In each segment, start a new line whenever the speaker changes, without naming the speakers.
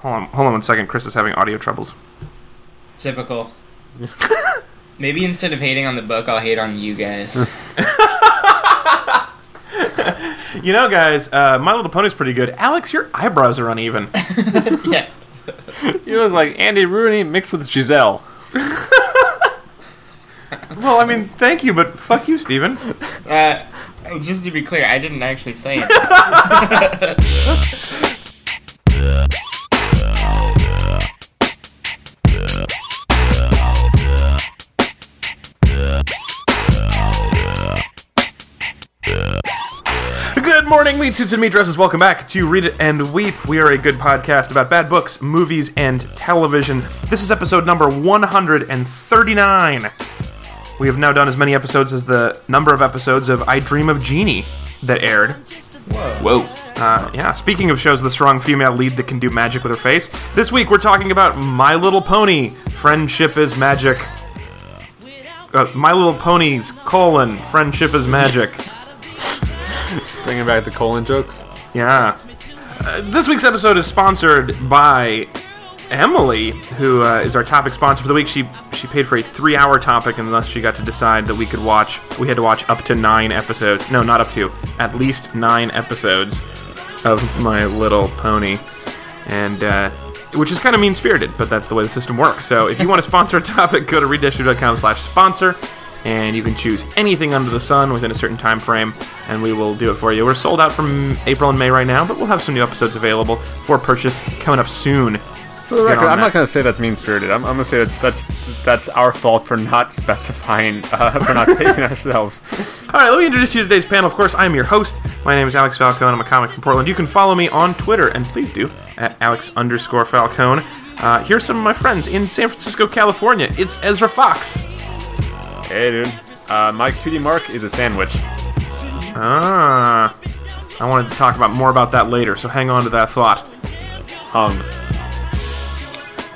Hold on, hold on one second. Chris is having audio troubles.
Typical. Maybe instead of hating on the book, I'll hate on you guys.
You know, guys, uh, My Little Pony's pretty good. Alex, your eyebrows are uneven.
yeah.
You look like Andy Rooney mixed with Giselle.
well, I mean, thank you, but fuck you, Steven.
Uh, just to be clear, I didn't actually say it.
Good morning, meat suits and meat dresses. Welcome back to Read It and Weep. We are a good podcast about bad books, movies, and television. This is episode number 139. We have now done as many episodes as the number of episodes of I Dream of Jeannie that aired.
Whoa.
Uh, yeah, speaking of shows with a strong female lead that can do magic with her face, this week we're talking about My Little Pony Friendship is Magic. Uh, My Little Ponies, colon, Friendship is Magic.
Bringing back the colon jokes.
Yeah. Uh, this week's episode is sponsored by Emily, who uh, is our topic sponsor for the week. She she paid for a three-hour topic, and thus she got to decide that we could watch. We had to watch up to nine episodes. No, not up to. At least nine episodes of My Little Pony, and. Uh, which is kind of mean-spirited, but that's the way the system works. So if you want to sponsor a topic, go to readdash.com slash sponsor, and you can choose anything under the sun within a certain time frame, and we will do it for you. We're sold out from April and May right now, but we'll have some new episodes available for purchase coming up soon.
For the
Get
record,
on
I'm
that.
not gonna say that's mean spirited. I'm, I'm gonna say that's that's that's our fault for not specifying, uh, for not taking ourselves.
All right, let me introduce you to today's panel. Of course, I am your host. My name is Alex Falcone. I'm a comic from Portland. You can follow me on Twitter, and please do, at Alex underscore Falcone. Uh, here's some of my friends in San Francisco, California. It's Ezra Fox.
Hey, dude. Uh, my cutie mark is a sandwich.
Ah, I wanted to talk about more about that later, so hang on to that thought. Um,
Hung.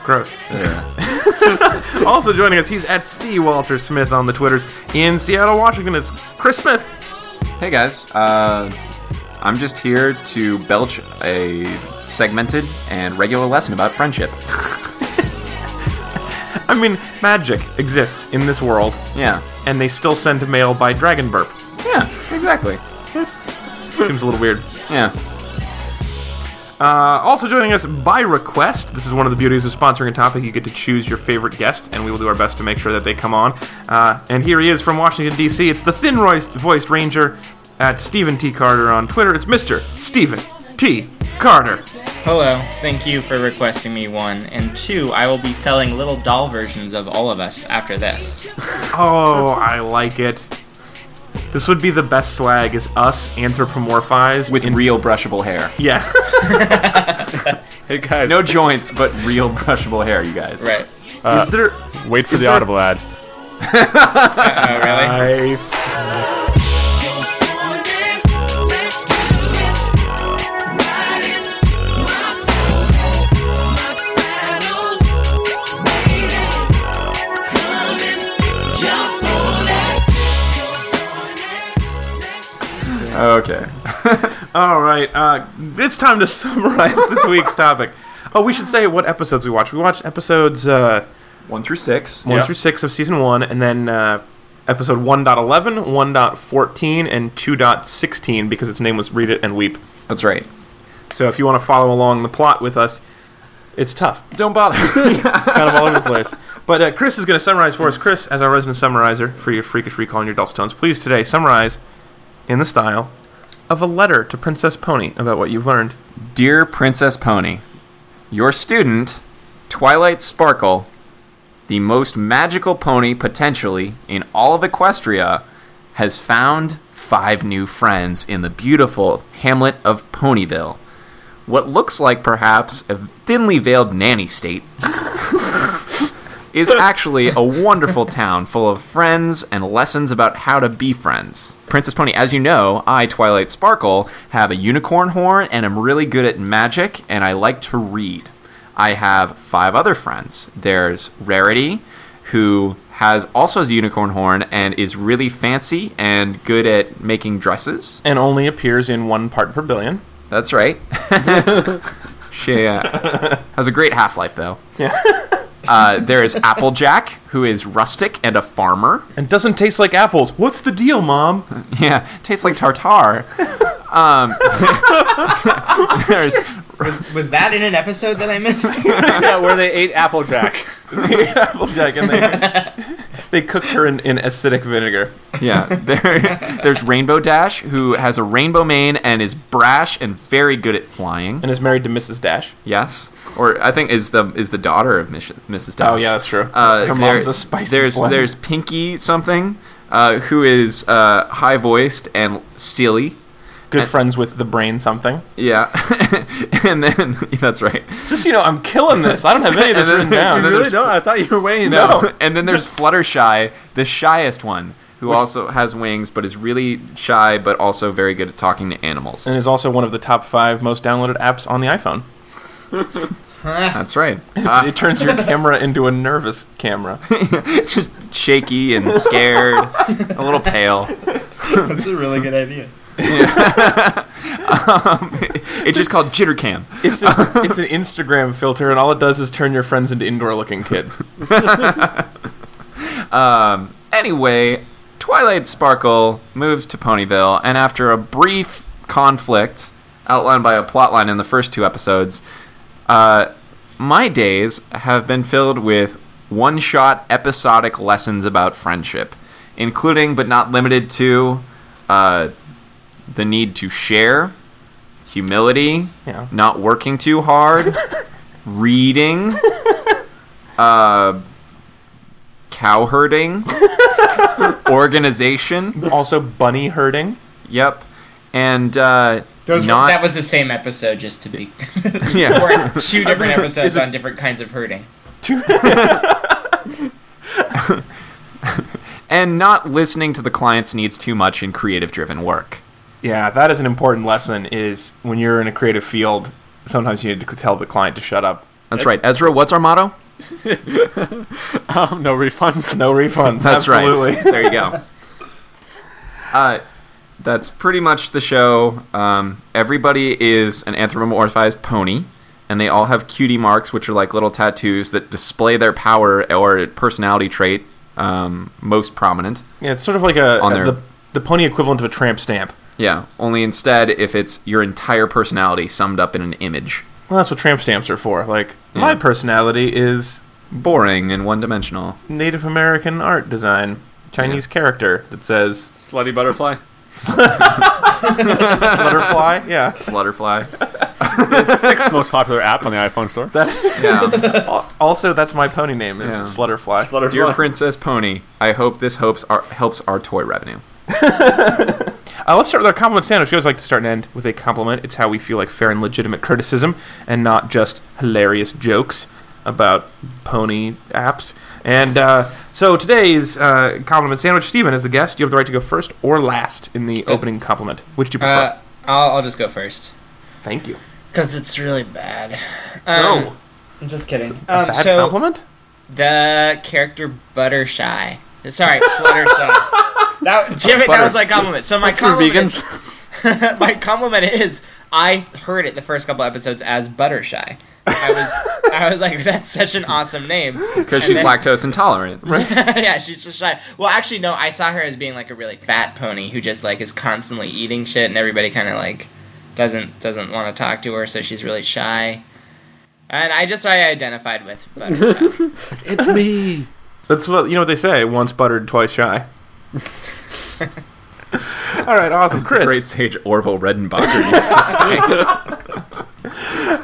Gross. also joining us, he's at C Walter Smith on the Twitters in Seattle, Washington. It's Chris Smith.
Hey guys, uh, I'm just here to belch a segmented and regular lesson about friendship.
I mean, magic exists in this world,
Yeah,
and they still send mail by dragon burp.
yeah, exactly.
That's, seems a little weird.
Yeah,
Uh, also joining us by request, this is one of the beauties of sponsoring a topic. You get to choose your favorite guest, and we will do our best to make sure that they come on. Uh, and here he is from Washington, D.C. It's the thin voiced voiced ranger at Stephen T. Carter on Twitter. It's Mr. Stephen T. Carter.
Hello. Thank you for requesting me one. And two, I will be selling little doll versions of all of us after this.
Oh, I like it. This would be the best swag is us anthropomorphized
with
in-
real brushable hair.
yeah.
Hey guys.
No joints, but real brushable hair, you guys.
Right.
is there
Wait for
is
the
there-
audible ad.
Oh, really?
Uh, nice?
Okay.
All right, uh, it's time to summarize this week's topic. Oh, we should say what episodes we watched. We watched episodes uh,
One through six.
one
Yeah.
through six of season one, and then uh, episode 1.11, 1.14, and 2.16 because its name was Read It and Weep.
That's right.
So if you want to follow along the plot with us, it's tough.
Don't bother.
kind of all over the place. But uh, Chris is going to summarize for us. Chris, as our resident summarizer for your freakish recall and your dulcet tones, please today summarize in the style of a letter to Princess Pony about what you've learned.
Dear Princess Pony, your student, Twilight Sparkle, the most magical pony potentially in all of Equestria, has found five new friends in the beautiful hamlet of Ponyville. What looks like perhaps a thinly veiled nanny state is actually a wonderful town full of friends and lessons about how to be friends. Princess Pony, as you know, I, Twilight Sparkle, have a unicorn horn and am really good at magic and I like to read. I have five other friends. There's Rarity, who has also has a unicorn horn and is really fancy and good at making dresses.
and only appears in one part per billion.
That's right. She uh, has a great half life, though.
Yeah.
Uh, there is Applejack, who is rustic and a farmer.
and doesn't taste like apples. What's the deal, Mom?
Yeah, tastes like tartar. Um, there's
Was, was that in an episode that I missed?
yeah, where they ate Applejack.
Applejack, and they, they cooked her in, in acidic vinegar.
yeah, there, there's Rainbow Dash, who has a rainbow mane and is brash and very good at flying.
And is married to Mrs. Dash.
Yes, or I think is the is the daughter of Mish- Mrs. Dash.
Oh, yeah, that's true.
Uh,
her
there-
mom's a spicy
There's
blend.
there's Pinky something, uh, who is uh, high voiced and silly.
good
and-
friends with the brain something.
Yeah, and then that's right.
Just, you know, I'm killing this. I don't have any of this
And
written
then
down.
there's-
really don't. I thought you were waiting.
No.
No.
and then there's Fluttershy, the shyest one, who also has wings but is really shy but also very good at talking to animals.
and is also one of the top five most downloaded apps on the iPhone.
That's right.
Ah.
Uh,
It turns your camera into a nervous camera.
just shaky and scared, a little pale.
That's a really good idea.
It's just called JitterCam.
It's, a, it's an Instagram filter, and all it does is turn your friends into indoor looking kids.
Um, anyway, Twilight Sparkle moves to Ponyville, and after a brief conflict outlined by a plotline in the first two episodes, uh, my days have been filled with one shot episodic lessons about friendship, including but not limited to uh, the need to share, humility,
Yeah.
not working too hard, reading, uh, cow herding, organization.
Also, bunny herding.
Yep. And uh,
Those
not
were, that was the same episode, just to be.
Yeah.
We're in two different
Is it-
episodes
is it-
on different kinds of herding.
and not listening to the client's needs too much in creative driven work.
Yeah, that is an important lesson. Is when you're in a creative field, sometimes you need to tell the client to shut up.
That's right. Ezra, what's our motto?
Um, no refunds.
No refunds.
That's
absolutely.
right. There you go. Uh, that's pretty much the show. Um, everybody is an anthropomorphized pony, and they all have cutie marks, which are like little tattoos that display their power or personality trait um, most prominent.
Yeah, it's sort of like a,
On
a-
their-
the the pony equivalent of a tramp stamp.
Yeah, only instead if it's your entire personality summed up in an image.
Well, that's what tramp stamps are for. Like my
Yeah.
personality is
Boring and one dimensional.
Native American art design, Chinese character that says
Slutty butterfly.
Flutterfly. Yeah.
Slutterfly.
Sixth most popular app on the iPhone store.
Yeah.
Al- Also, that's my pony name is
Yeah.
Slutterfly.
Slutterfly.
Dear Princess Pony, I hope this hopes our, helps our toy revenue.
Uh, let's start with our compliment sandwich. We always like to start and end with a compliment. It's how we feel like fair and legitimate criticism, and not just hilarious jokes about pony apps. And uh, so today's uh, compliment sandwich, Steven, as the guest, you have the right to go first or last in the opening compliment. Which do you prefer?
Uh, I'll, I'll just go first.
Thank you.
Because it's really bad. Uh, Um,
Oh,
I'm just kidding.
a
Um,
bad
so,
compliment?
the character Buttershy. Sorry, Fluttershy. that, damn it, that was my compliment. So my compliment is- my compliment is I heard it the first couple episodes as Buttershy. I was I was like, that's such an awesome name.
Because she's lactose intolerant.
yeah, she's just shy. Well, actually, no, I saw her as being like a really fat pony who just like is constantly eating shit, and everybody kind of like doesn't doesn't want to talk to her, so she's really shy. And I just I identified with Buttershy.
It's me.
That's what you know what they say: once buttered, twice shy. All right, awesome, Chris.
Great sage Orville Redenbacher used to say.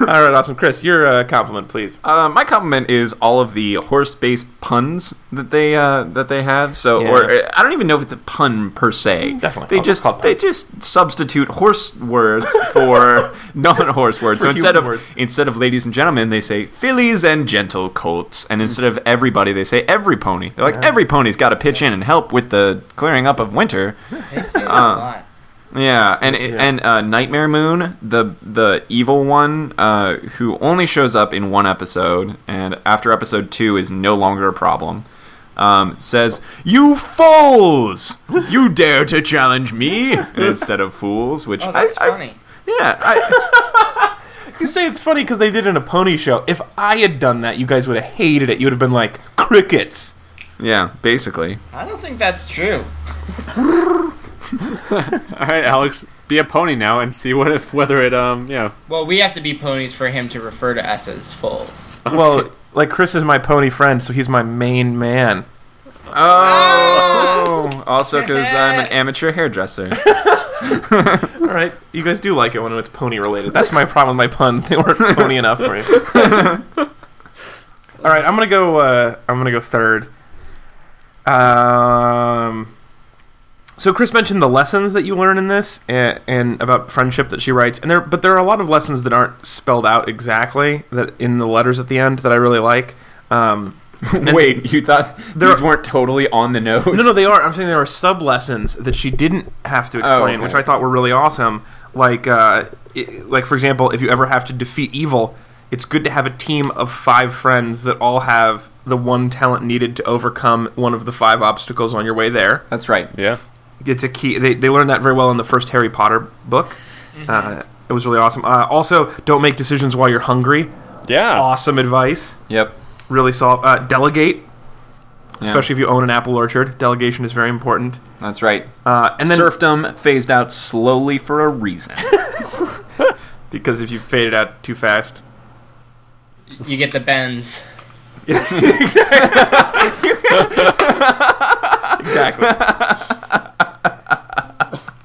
All right, awesome, Chris. Your uh, compliment, please.
uh, my compliment is all of the horse-based puns that they uh, that they have. So, or
Yeah.
uh, I don't even know if it's a pun per se.
Definitely.
they
I'll
just
call it
they
puns.
just substitute horse words for non-horse words.
For
so instead
human
of
words.
instead of ladies and gentlemen, they say fillies and gentle colts, and instead of everybody, they say every pony. They're like every pony's got to pitch in and help with the clearing up of winter.
They say that a lot.
Yeah, and
Yeah.
and uh, Nightmare Moon, the the evil one, uh, who only shows up in one episode, and after episode two is no longer a problem. Um, says, "You fools! You dare to challenge me!" instead of fools, which
Oh, that's
I, I-
funny.
yeah, I,
You say it's funny because they did it in a pony show. If I had done that, you guys would have hated it. You would have been like crickets.
Yeah, basically.
I don't think that's true.
All right, Alex, be a pony now and see what if whether it um you know
Well, we have to be ponies for him to refer to us as foals.
Well, like Chris is my pony friend, so he's my main man.
Oh! also, because I'm an amateur hairdresser.
All right, you guys do like it when it's pony related. That's my problem with my puns; they weren't pony enough for me. All right, I'm gonna go. Uh, I'm gonna go third. Um, so Chris mentioned the lessons that you learn in this, and, and about friendship that she writes, and there. But there are a lot of lessons that aren't spelled out exactly that in the letters at the end that I really like. Um,
Wait, you thought
There-
these weren't totally on the nose?
No, no, they are. I'm saying there are sub lessons that she didn't have to explain,
Oh, okay.
which I thought were really awesome. Like, uh, i like for example, if you ever have to defeat evil, it's good to have a team of five friends that all have the one talent needed to overcome one of the five obstacles on your way there.
That's right.
yeah.
It's a key. They they learned that very well in the first Harry Potter book.
Mm-hmm.
Uh, it was really awesome. Uh, also, don't make decisions while you're hungry.
Yeah.
Awesome advice.
Yep.
Really solid. Uh, delegate,
Yeah,
especially if you own an apple orchard. Delegation is very important.
That's right.
Uh, and then
Serfdom phased out slowly for a reason.
because if you fade it out too fast,
You get the bends.
exactly.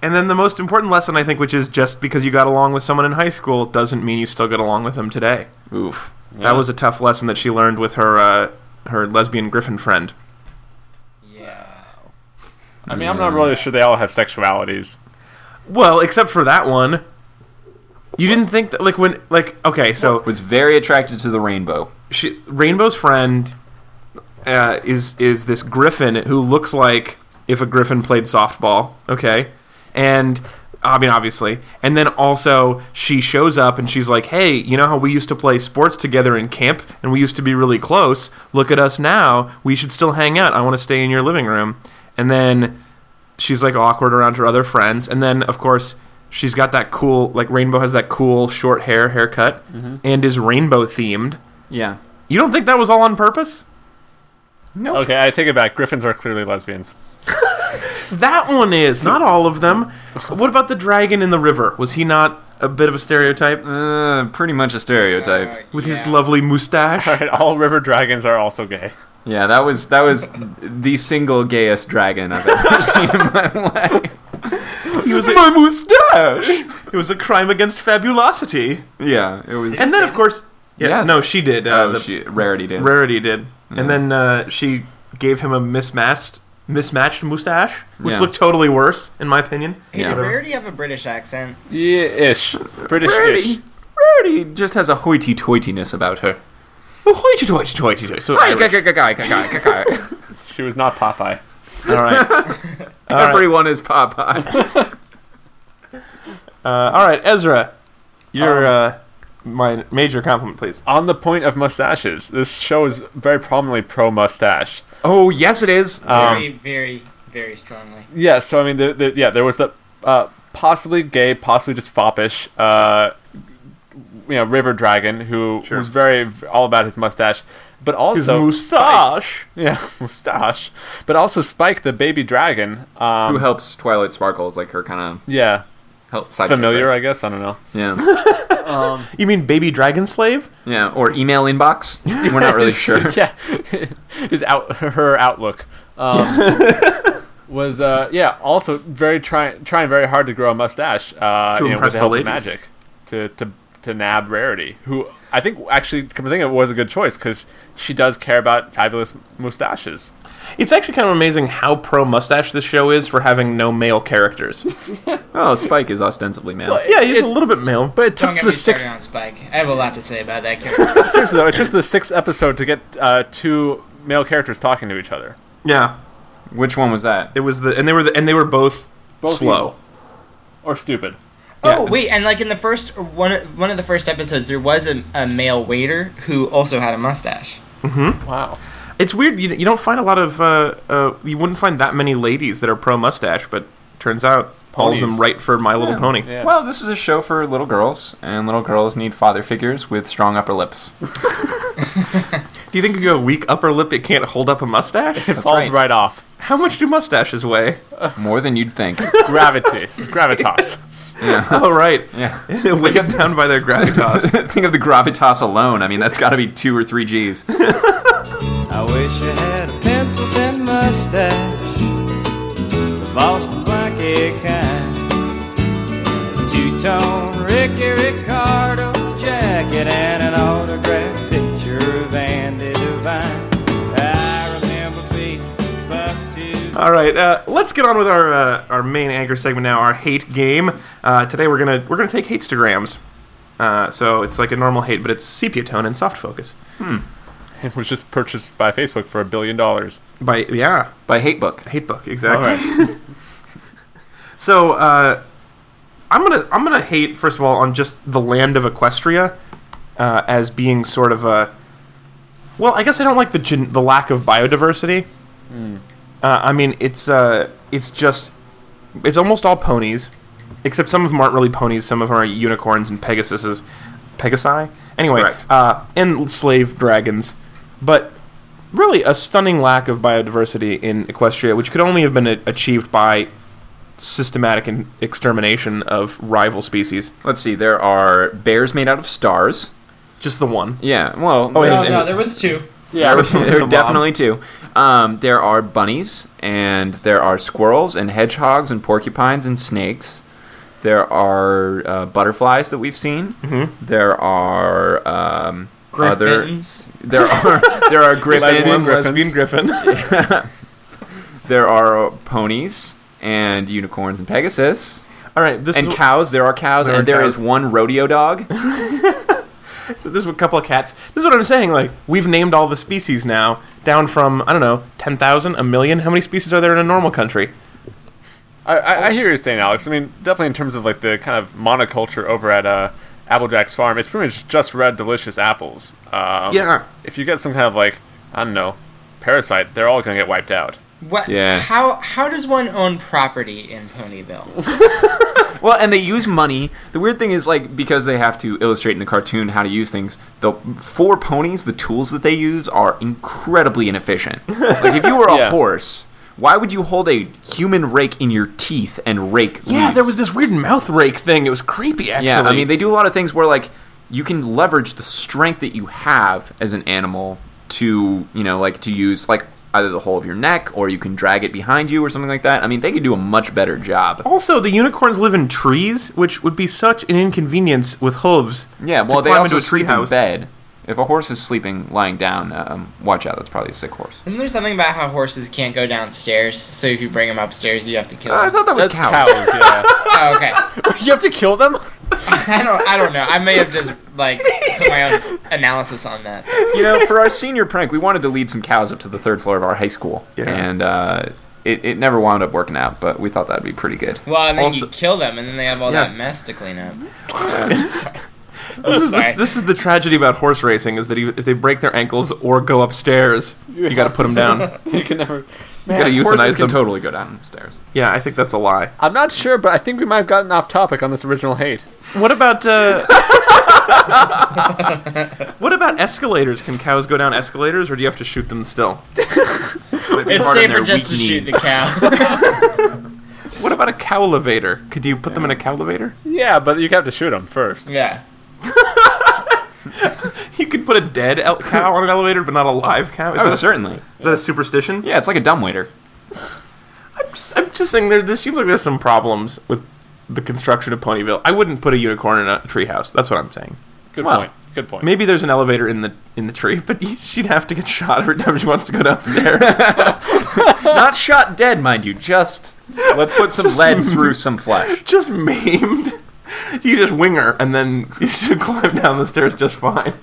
and then the most important lesson I think, which is just because you got along with someone in high school doesn't mean you still get along with them today.
Oof.
That was a tough lesson that she learned with her uh, her lesbian griffin friend.
Yeah.
I mean, I'm not really sure they all have sexualities.
Well, except for that one, you didn't think that like when like okay, so
Was very attracted to the rainbow.
she, Rainbow's friend uh, is is this griffin who looks like if a griffin played softball. Okay, and I mean obviously, and then also she shows up and she's like, "Hey, you know how we used to play sports together in camp and we used to be really close? Look at us now. We should still hang out. I want to stay in your living room." And then she's like awkward around her other friends, and then of course. She's got that cool, like Rainbow has that cool short hair haircut, and is rainbow themed.
Yeah.
You don't think that was all on purpose?
Okay, I take it back. Griffins are clearly lesbians.
That one is not all of them. What about the dragon in the river? Was he not a bit of a stereotype
Uh, pretty much a stereotype.
with his lovely mustache?
Right, all river dragons are also gay.
Yeah, that was that was the single gayest dragon I've ever seen in my life.
He was a,
My mustache.
it was a crime against fabulosity.
Yeah, it was.
And then of course, yeah,
Yes.
no, she did. Uh,
oh,
the
she, rarity did.
rarity did, and then uh, she gave him a mismatched mismatched mustache, which
Yeah.
looked totally worse in my opinion.
Hey,
Yeah.
did Rarity have a British accent?
Yeah, ish. British ish.
Rarity. Rarity just has a hoity-toityness about her.
Oh, So Irish.
Everyone
She was not Popeye.
all right.
is Popeye.
Uh, all right, Ezra,
Oh.
your uh, my major compliment, please.
On the point of mustaches, this show is very prominently pro mustache.
Oh yes, it is.
Um.
Very, very, very strongly.
Yeah, so I mean, the, the, yeah, there was the uh, possibly gay, possibly just foppish, uh, you know, river dragon who was very all about his mustache, but also
mustache.
yeah, mustache, but also Spike the baby dragon. Um,
Who helps Twilight Sparkle is like her kind of
yeah,
help side
familiar, I guess. I don't know.
Oh, Yeah,
You mean baby dragon slave?
yeah, or email inbox. We're not really sure.
yeah, his out her outlook um, was uh, yeah also very trying trying very hard to grow a mustache uh,
To
you know,
impress
with help
the
of
ladies.
magic to to to nab Rarity, who I think actually come to think of it was a good choice because she does care about fabulous mustaches.
It's actually kind of amazing how pro mustache this show is for having no male characters.
Oh, Spike is ostensibly male.
yeah, he's a little bit male, but it took
Don't get
to
me
the
started
sixth.
on Spike. I have a lot to say about that character.
Seriously though, it took the sixth episode to get uh, two male characters talking to each other.
Yeah,
Which one was that?
it was the and they were the, and they were both,
Both
slow.
evil. Or stupid.
oh wait, and like in the first one, of- one of the first episodes, there was a, a male waiter who also had a mustache.
Wow.
It's weird. You, you don't find a lot of uh, uh, you wouldn't find that many ladies that are pro mustache, but turns out all of them
Ponies.
right for My Little Pony.
Yeah.
Well, this is a show for little girls, and little girls need father figures with strong upper lips.
Do you think if you have a weak upper lip, it can't hold up a mustache?
It falls
right.
right, off.
How much do mustaches weigh?
More than you'd think.
Gravitas. Gravitas.
Oh, right.
Yeah.
Weighed down by their gravitas.
think of the gravitas alone. I mean, that's got to be two or three G's.
I wish I had a pencil thin mustache, the Boston blanket kind, two tone Ricky Ricardo jacket, and an autographed picture of Andy Devine. I remember being buck
All right, uh, let's get on with our uh, our main anchor segment now. Our hate game. Uh, today we're gonna we're gonna take hateograms. Uh, so it's like a normal hate, but it's sepia tone and soft focus.
it was just purchased by Facebook for a billion dollars.
By yeah,
By hate book.
hate book exactly. so uh, I'm gonna I'm gonna hate first of all on just the land of Equestria uh, as being sort of a well I guess I don't like the gen- the lack of biodiversity.
Hmm.
Uh, I mean it's uh, it's just it's almost all ponies except some of them aren't really ponies some of them are unicorns and pegasuses pegasi anyway
Correct.
uh, and slave dragons but really a stunning lack of biodiversity in Equestria, which could only have been a- achieved by systematic in- extermination of rival species.
Let's see. There are bears made out of stars.
Just the one.
Yeah. Well, oh,
No, no, there was two.
Yeah,
there
Oh, The
are definitely two. Um, there are bunnies, and there are squirrels, and hedgehogs, and porcupines, and snakes. There are uh, butterflies that we've seen. Mm-hmm. There are um, other.
Griffins.
There are there are griffins.
Lesbian
Lesbian griffin.
There are ponies and unicorns and Pegasus
All right, this
and
is
cows. There are cows,
There are
and there is
cows.
one rodeo dog.
there's a couple of cats. This is what I'm saying. Like we've named all the species now, down from I don't know, ten thousand, a million. How many species are there in a normal country?
I, I, I hear you saying, Alex. I mean, definitely in terms of like the kind of monoculture over at uh, Applejack's farm, it's pretty much just red, delicious apples. Um,
Yeah.
If you get some kind of like, I don't know, parasite, they're all gonna get wiped out.
What?
Yeah.
How how does one own property in Ponyville?
Well, and they use money. The weird thing is, like, because they have to illustrate in the cartoon how to use things, the for ponies, the tools that they use are incredibly inefficient. Like, if you were a
Yeah.
horse, why would you hold a human rake in your teeth and rake?
Yeah,
leaves?
there was this weird mouth rake thing. It was creepy. Actually,
Yeah, I mean, they do a lot of things where, like, you can leverage the strength that you have as an animal to, you know, like, to use, like, either the whole of your neck or you can drag it behind you or something like that. I mean, they could do a much better job.
Also, the unicorns live in trees, which would be such an inconvenience with hooves.
Yeah,
to
well, they
climb into
also
a tree
sleep in
house.
bed. If a horse is sleeping lying down, um, watch out. That's probably a sick horse.
Isn't there something about how horses can't go downstairs? So if you bring them upstairs, you have to kill
I
them.
thought that was
That's
cow.
cows.
oh,
Yeah.
okay.
you have to kill them.
I don't. I don't know. I may have just like put my own analysis on that.
You know, for our senior prank, we wanted to lead some cows up to the third floor of our high school,
Yeah.
and uh, it, it never wound up working out. But we thought that'd be pretty good.
Well, and then
Also-
you kill them, and then they have all
Yeah.
that mess to clean up.
This is, the,
Sorry.
this is the tragedy about horse racing is that if if they break their ankles or go upstairs, you got to put them down.
you can never.
You gotta
Yeah,
horses
horses
can
can
totally go downstairs.
Yeah, I think that's a lie.
I'm not sure, but I think we might have gotten off topic on this original hate.
What about uh, what about escalators? Can cows go down escalators, or do you have to shoot them still?
It's safer just to shoot the cow.
What about a cow elevator? Could you put them in a cow elevator?
Yeah, but you have to shoot them first.
yeah.
You could put a dead el- cow on an elevator, but not a live cow. Is,
Oh,
that, a,
certainly.
is that a superstition?
Yeah, it's like a dumbwaiter.
I'm just, I'm just saying there, there seems like there's some problems with the construction of Ponyville. I wouldn't put a unicorn in a treehouse. That's what I'm saying.
Good
Well,
point. Good point.
Maybe there's an elevator in the in the tree, but you- she'd have to get shot every time she wants to go downstairs.
Not shot dead, mind you. Just let's put some
Just-
lead through some flesh.
just maimed. You just wing her, and then you should climb down the stairs just fine.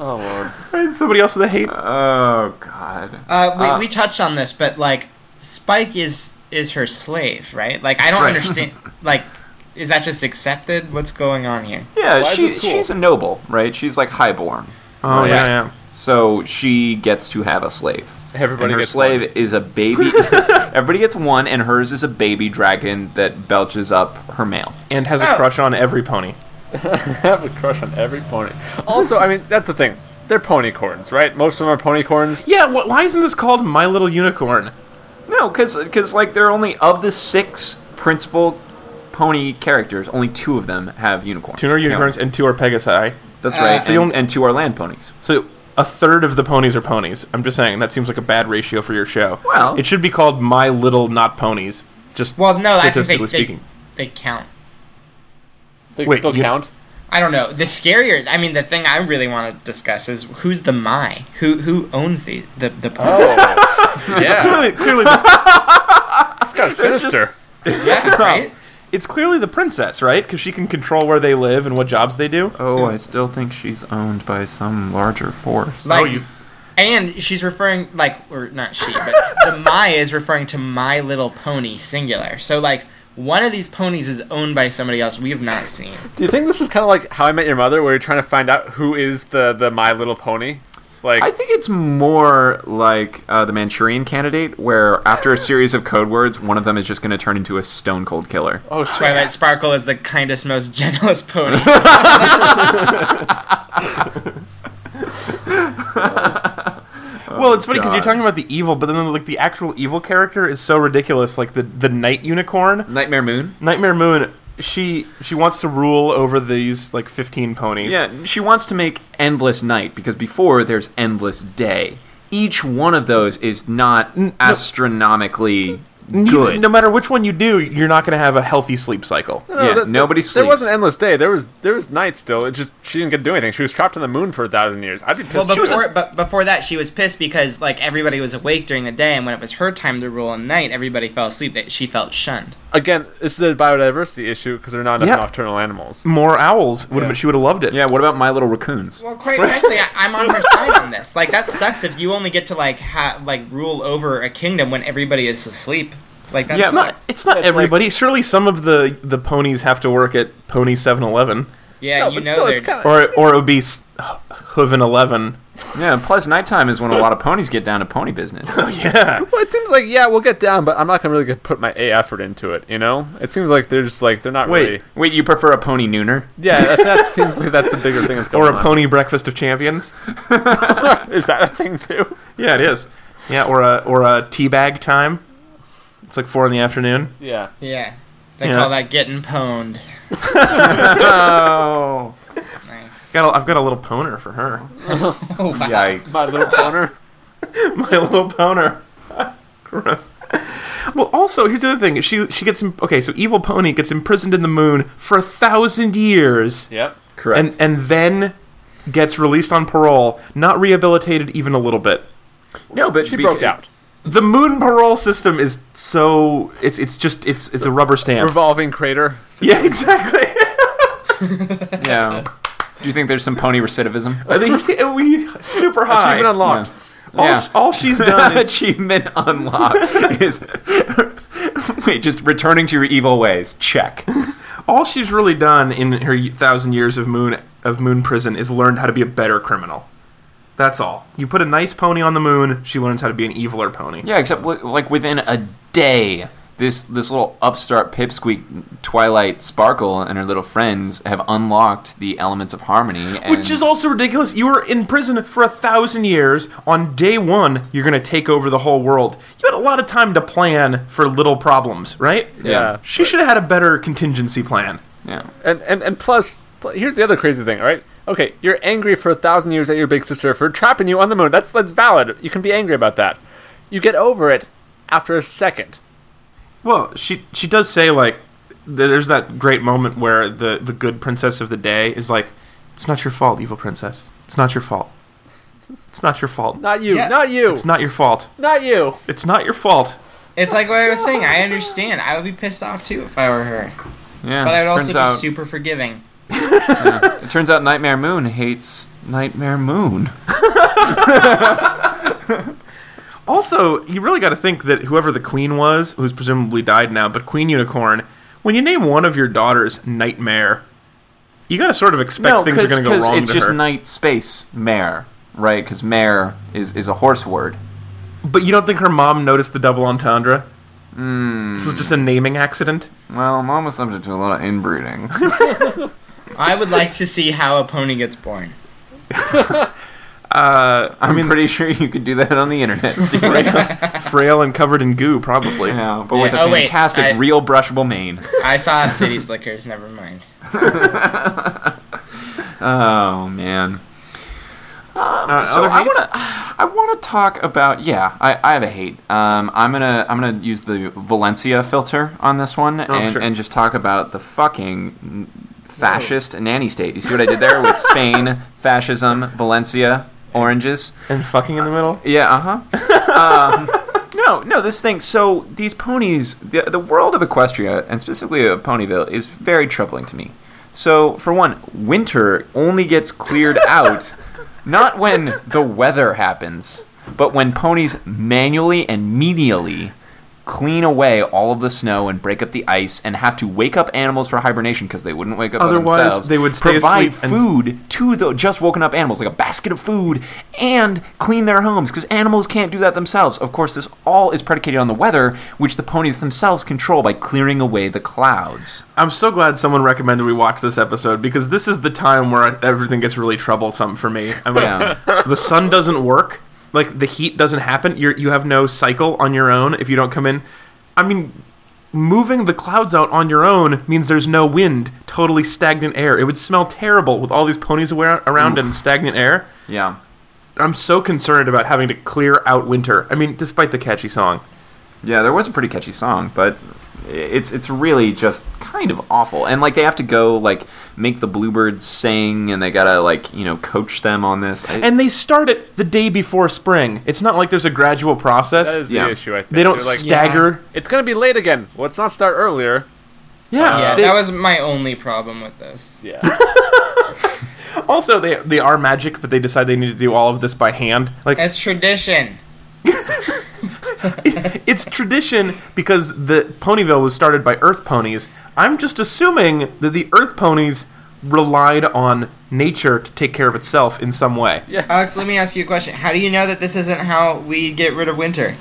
Oh lord.
All right, somebody else with a hate.
Oh God.
Uh, we,
Ah.
we touched on this, but like Spike is is her slave, right? Like I don't understand. Like, is that just accepted? What's going on here?
Yeah,
Why is
she,
this cool?
she's a noble, right? She's like highborn.
oh yeah, yeah.
So she gets to have a slave.
Everybody
and her
gets
slave
one.
is a baby. Everybody gets one, and hers is a baby dragon that belches up her male.
and has a crush on every pony.
have a crush on every pony. Also, I mean, that's the thing. They're ponycorns, right? Most of them are ponycorns.
Yeah, wh- why isn't this called My Little Unicorn?
No, because like they're only of the six principal pony characters, only two of them have unicorns.
Two are unicorns and two are Pegasi.
That's right.
so you
and,
only-
and two are land ponies.
So a third of the ponies are ponies. I'm just saying that seems like a bad ratio for your show.
Well-
it should be called My Little Not Ponies. Just
Well, no, I think they,
statistically
they,
speaking.
they count.
They
Wait,
still
you-
count.
I don't know. The scarier, I mean, the thing I really want to discuss is who's the my? Who who owns the the, the pony?
Oh, yeah.
Clearly, clearly the,
It's kind of sinister.
yeah, right?
it's clearly the princess, right? Because she can control where they live and what jobs they do.
Oh, I still think she's owned by some larger force.
Like,
Oh, you-
and she's referring like, or not she, but the my is referring to My Little Pony singular. So like, one of these ponies is owned by somebody else we have not seen.
Do you think this is kind of like How I Met Your Mother, where you're trying to find out who is the the My Little Pony? Like,
I think it's more like uh, the Manchurian Candidate, where after a series of code words, one of them is just going to turn into a stone cold killer.
oh,
Twilight Sparkle is the kindest, most gentlest pony.
well, Oh, it's funny because you're
God.
talking about the evil, but then like the actual evil character is so ridiculous. Like the the night unicorn,
Nightmare Moon.
Nightmare Moon. She she wants to rule over these like 15 ponies.
Yeah, she wants to make endless night because before there's endless day. Each one of those is not astronomically
Neither-
good.
No matter which one you do, you're not going to have a healthy sleep cycle.
yeah, nobody
There
sleeps.
wasn't endless day. There was there was night still. It just she didn't get to do anything. She was trapped on the moon for a thousand years. I'd be pissed.
Well,
too.
before, but before that, she was pissed because like everybody was awake during the day, and when it was her time to rule at night, everybody fell asleep. That she felt shunned.
Again, this is a biodiversity issue because there are not enough
Yeah.
nocturnal animals.
More owls would
Yeah.
have. She would have loved it.
yeah, what about My Little Raccoons?
Well, quite frankly, I, I'm on her side on this. Like that sucks if you only get to like ha- like rule over a kingdom when everybody is asleep. Like that
Yeah, it's not.
sucks.
It's not
That's like-
everybody. Surely some of the the ponies have to work at Pony Seven Eleven
yeah, you
but
know
still,
they're
it's kinda-
or or obese Hooven Eleven.
Yeah, and plus nighttime is when a lot of ponies get down to pony business.
yeah,
Well, it seems like yeah, we'll get down, but I'm not gonna really get- put my A effort into it. You know, it seems like they're just like they're not
Wait.
really.
Wait, you prefer a pony nooner?
Yeah, that, that seems like that's the bigger thing that's going
or
on.
a pony breakfast of champions.
Is that a thing too?
Yeah, it is. Yeah, or a or a teabag time. It's like four in the afternoon.
Yeah.
yeah. They
Yeah.
call that getting pwned.
Oh,
Nice.
Got a, I've got a little poner for her.
Oh, wow.
yikes!
My little boner.
my little boner. Gross. Well, also here's the other thing. She she gets im- okay. So evil pony gets imprisoned in the moon for a thousand years,
Yep.
Correct.
and and then gets released on parole, not rehabilitated even a little bit.
no, but
She broke out.
The moon parole system is so it's it's just it's it's a rubber stamp.
Revolving crater.
yeah, exactly.
Yeah. Do you think there's some pony recidivism?
I think we super high.
Achievement unlocked.
All,
Yeah.
all she's done is
Achievement unlocked is wait, just returning to your evil ways. Check.
all she's really done in her thousand years of moon of moon prison is learned how to be a better criminal. That's all. You put a nice pony on the moon, she learns how to be an eviler pony.
Yeah, except wi- like within a day, this this little upstart pipsqueak Twilight Sparkle and her little friends have unlocked the elements of harmony, and
Which is also ridiculous. You were in prison for a thousand years. On day one, you're gonna take over the whole world. You had a lot of time to plan for little problems, right?
Yeah.
She should have had a better contingency plan.
yeah.
And and and plus, pl- here's the other crazy thing. All right. Okay, you're angry for a thousand years at your big sister for trapping you on the moon. That's that's valid. You can be angry about that. You get over it after a second.
Well, she she does say like th- there's that great moment where the the good princess of the day is like, "It's not your fault, evil princess. It's not your fault. It's not your fault.
Not you.
Yeah.
Not you.
It's not your fault.
not you.
It's not your fault."
It's like what I was saying. I understand. I would be pissed off too if I were her,
yeah.
but I would also
turns
be
out,
super forgiving.
It turns out Nightmare Moon hates Nightmare Moon.
Also, you really got to think that whoever the queen was, who's presumably died now, but Queen Unicorn, when you name one of your daughters Nightmare, you got to sort of expect things are
'cause-
going to go
'cause
wrong
it's
to
just
her.
night space mare. right? Because mare is, is a horse word.
But you don't think her mom noticed the double entendre?
Hmm.
This was just a naming accident.
Well, mom was subject to a lot of inbreeding.
I would like to see how a pony gets born.
I'm pretty sure you could do that on the internet. Steve.
Frail and covered in goo, probably.
yeah, but with
Yeah,
a
oh, wait,
fantastic,
I-
real brushable mane.
I saw City Slickers. Never mind.
Oh man.
Uh,
So
other
I
hates?
want to, I want to talk about yeah. I, I have a hate. Um, I'm gonna I'm gonna use the Valencia filter on this one and,
Oh, sure.
and just talk about the fucking fascist nanny state. You see what I did there with Spain, fascism, Valencia, oranges.
and fucking in the middle.
Yeah, uh huh. um, no, no, this thing. So these ponies, the, the world of Equestria, and specifically of Ponyville, is very troubling to me. So, for one, winter only gets cleared out not when the weather happens, but when ponies manually and menially clean away all of the snow and break up the ice and have to wake up animals for hibernation because they wouldn't wake up by
Otherwise,
themselves.
they would stay
provide
asleep and-
food food to the just woken up animals, like a basket of food, and clean their homes because animals can't do that themselves. Of course, this all is predicated on the weather, which the ponies themselves control by clearing away the clouds.
I'm so glad someone recommended we watch this episode because this is the time where everything gets really troublesome for me. I mean,
Yeah.
the sun doesn't work, like the heat doesn't happen. You're, you have no cycle on your own if you don't come in. I mean, moving the clouds out on your own means there's no wind, totally stagnant air. It would smell terrible with all these ponies aware, around and stagnant air.
Yeah.
I'm so concerned about having to clear out winter. I mean, despite the catchy song.
Yeah, there was a pretty catchy song, but it's it's really just kind of awful. And like they have to go like make the bluebirds sing, and they gotta like you know coach them on this. I-
And they start it the day before spring. It's not like there's a gradual process.
That is
Yeah.
the issue. I think
they don't
They're like,
stagger.
It's gonna be late again. Well, let's not start earlier.
Yeah.
Yeah,
Uh, they-
that was my only problem with this.
Yeah.
also, they they are magic, but they decide they need to do all of this by hand. Like
It's tradition.
it's tradition because the Ponyville was started by Earth ponies. I'm just assuming that the Earth ponies relied on nature to take care of itself in some way.
Alex, let me ask you a question. How do you know that this isn't how we get rid of winter?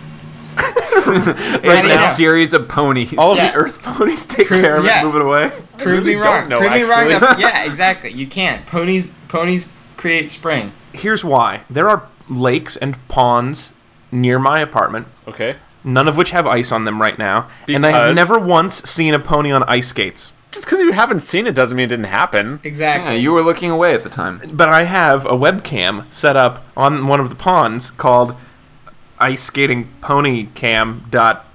it's a
yeah.
series of ponies.
All of
Yeah.
the Earth ponies take care of
yeah.
it, move it away.
Prove
really
me
don't
wrong.
know,
Prove me wrong.
actually.
That, yeah, exactly. You can. Ponies. Ponies create spring.
Here's why: there are lakes and ponds near my apartment.
Okay.
None of which have ice on them right now, and I have
Because-
never once seen a pony on ice skates.
Just because you haven't seen it doesn't mean it didn't happen.
yeah,
Exactly.
you were looking away at the time.
but I have a webcam set up on one of the ponds called ice skating pony cam dot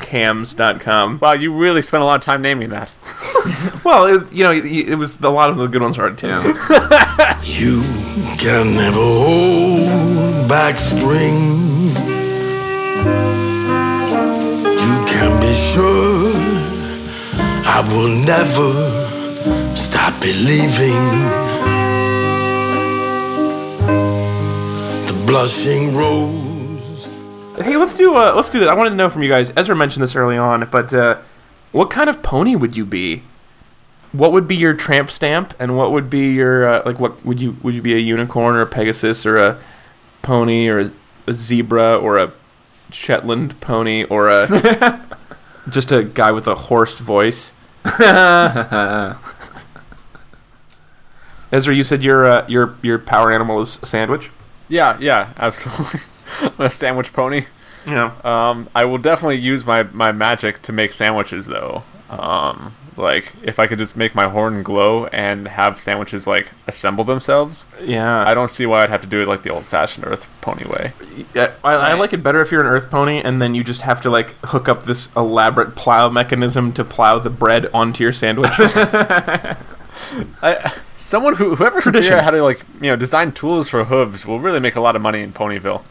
cams dot com.
Wow, you really spent a lot of time naming that.
Well, it, was- you know, it, it was a lot of the good ones are too.
Yeah.
You can never hold back spring. You can be sure I will never stop believing. The blushing rose.
Hey, let's do uh, let's do that. I wanted to know from you guys. Ezra mentioned this early on, but uh, what kind of pony would you be? What would be your tramp stamp, and what would be your uh, like? What would you would you be a unicorn or a Pegasus or a pony or a, a zebra or a Shetland pony or a just a guy with a hoarse voice? Ezra, you said your uh, your your power animal is a sandwich.
Yeah, yeah, absolutely. I'm a sandwich pony.
Yeah.
Um, I will definitely use my, my magic to make sandwiches, though. Um, like, if I could just make my horn glow and have sandwiches, like, assemble themselves,
yeah.
I don't see why I'd have to do it like the old fashioned Earth pony way.
Yeah, I, I like it better if you're an Earth pony, and then you just have to like hook up this elaborate plow mechanism to plow the bread onto your sandwich.
I, someone who, whoever can
Tradition.
figure out how to, like, you know, design tools for hooves will really make a lot of money in Ponyville.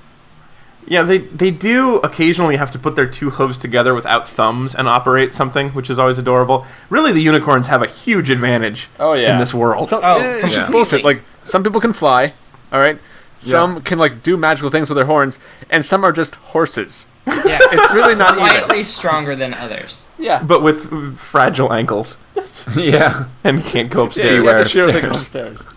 yeah, they they do occasionally have to put their two hooves together without thumbs and operate something, which is always adorable. Really, the unicorns have a huge advantage.
Oh yeah,
in this world.
So,
Oh,
eh, it's just
completely.
bullshit. Like some people can fly, all right. Some can like do magical things with their horns, and some are just horses.
Yeah,
It's really not even.
slightly stronger than others.
Yeah,
but with fragile ankles
yeah.
and can't go
yeah,
upstairs.
you
Yeah,
got the sheer
stairs.
thing upstairs.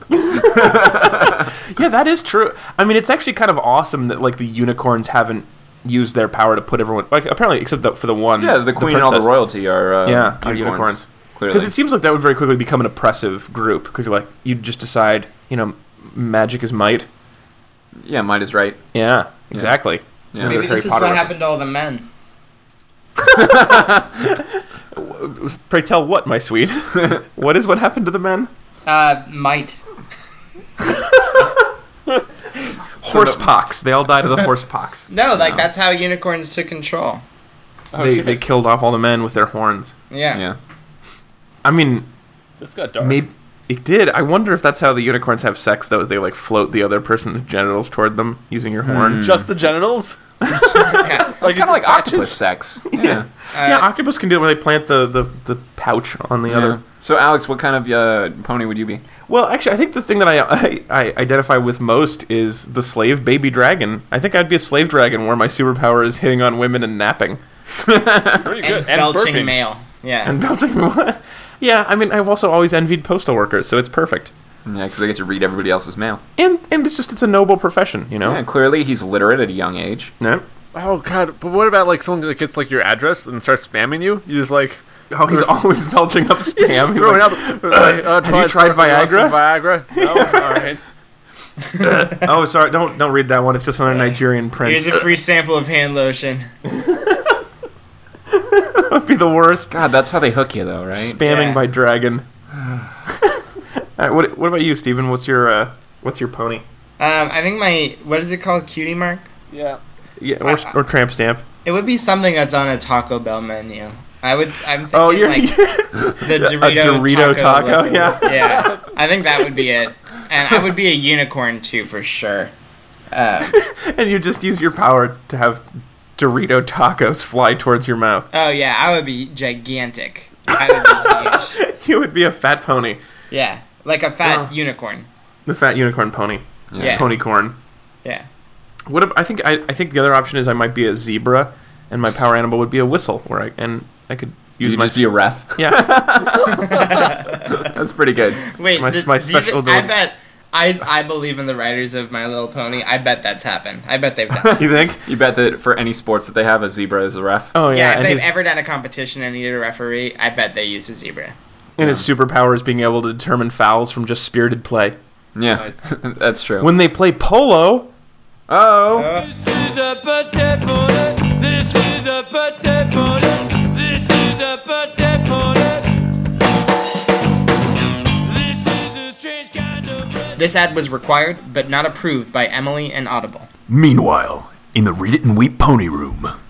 that is true. I mean, it's actually kind of awesome that like the unicorns haven't used their power to put everyone like apparently except the, for the one.
Yeah, the queen and all the
princess.
royalty are uh,
Yeah, are
unicorns.
unicorns.
Clearly,
Because it seems like that would very quickly become an oppressive group. Because like you just decide, you know, magic is might.
yeah, might is right.
Yeah, exactly.
Yeah.
Another
Maybe
Harry
this is
Potter
what
reference.
happened to all the men.
Pray tell what, my sweet? what is what happened to the men?
Uh, might.
Horse pox. They all died of the horse pox.
No, like that's how unicorns took control.
Oh,
they, they killed off all the men with their horns.
Yeah.
Yeah,
I mean,
This got dark.
maybe it did. I wonder if that's how the unicorns have sex, though, is they like float the other person's genitals toward them using your
Hmm.
horn.
Just the genitals.
Yeah.
Like,
it's kind of like
attaches?
octopus sex. Yeah.
yeah,
Uh,
octopus can do it when they plant the, the, the pouch on the
yeah.
other.
So, Alex, what kind of uh, pony would you be?
Well, actually, I think the thing that I, I I identify with most is the slave baby dragon. I think I'd be a slave dragon where my superpower is hitting on women and napping.
Pretty
and,
good. And,
belching
burping.
male. Yeah.
and belching. yeah, I mean, I've also always envied postal workers, so it's perfect.
Yeah, because I get to read everybody else's mail.
And and it's just it's a noble profession, you know.
Yeah, clearly he's literate at a young age.
No.
Oh god, but what about like someone that gets like your address and starts spamming you? You just like
Oh, he's always belching up spam.
just
He's
throwing
like,
up. It's like, uh,
have you tried
want some Viagra. No, all right.
oh, sorry, don't don't read that one. It's just another Nigerian
Here's
prince.
a free sample of hand lotion.
That'd be the worst.
God, that's how they hook you, though, right?
Spamming
Yeah.
by dragon. All right, what what about you, Steven? What's your uh, what's your pony?
Um, I think my what is it called? Cutie mark.
Yeah.
Yeah, or,
I-
or tramp stamp.
It would be something that's on a Taco Bell menu. I would. I'm thinking
Oh, you're,
like the Dorito,
Dorito
taco.
taco,
look.
yeah.
yeah. I think that would be it, and I would be a unicorn too for sure.
and you just use your power to have Dorito tacos fly towards your mouth.
Oh yeah, I would be gigantic. I would be huge.
You would be a fat pony,
Yeah, like a fat
Oh.
unicorn.
the fat unicorn pony,
Yeah.
pony corn.
Yeah.
What ab- I think I, I think the other option is I might be a zebra, and my power animal would be a whistle, where I and I could use
You
my
just be a ref.
yeah.
That's pretty good.
Wait,
My-
th-
my
do you thi-
special
I
dog.
bet. I, I believe in the writers of My Little Pony. I bet that's happened. I bet they've done. It.
you think?
You bet that for any sports that they have, a zebra is a ref.
Oh yeah.
Yeah, if
and
they've
his,
ever done a competition and needed a referee, I bet they used a zebra.
and his superpower is being able to determine fouls from just spirited play.
Yeah,
Nice.
that's true.
When they play polo,
oh,
This ad was required but not approved by Emily and Audible.
Meanwhile, in the Read It and Weep Pony Room.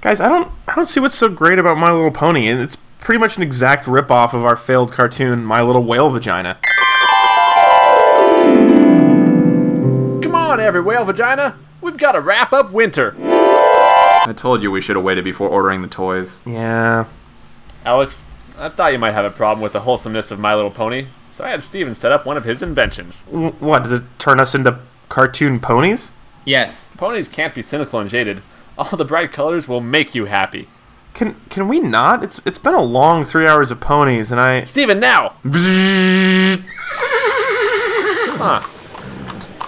guys, I don't I don't see what's so great about My Little Pony, and it's pretty much an exact ripoff of our failed cartoon My Little Whale Vagina.
Come on, every whale vagina. We've got to wrap up winter.
I told you we should have waited before ordering the toys.
Yeah.
Alex, I thought you might have a problem with the wholesomeness of My Little Pony, so I had Steven set up one of his inventions.
W- What does it turn us into cartoon ponies?
Yes.
Ponies can't be cynical and jaded. All the bright colors will make you happy.
Can can we not? It's it's been a long three hours of ponies, and I
Steven, now!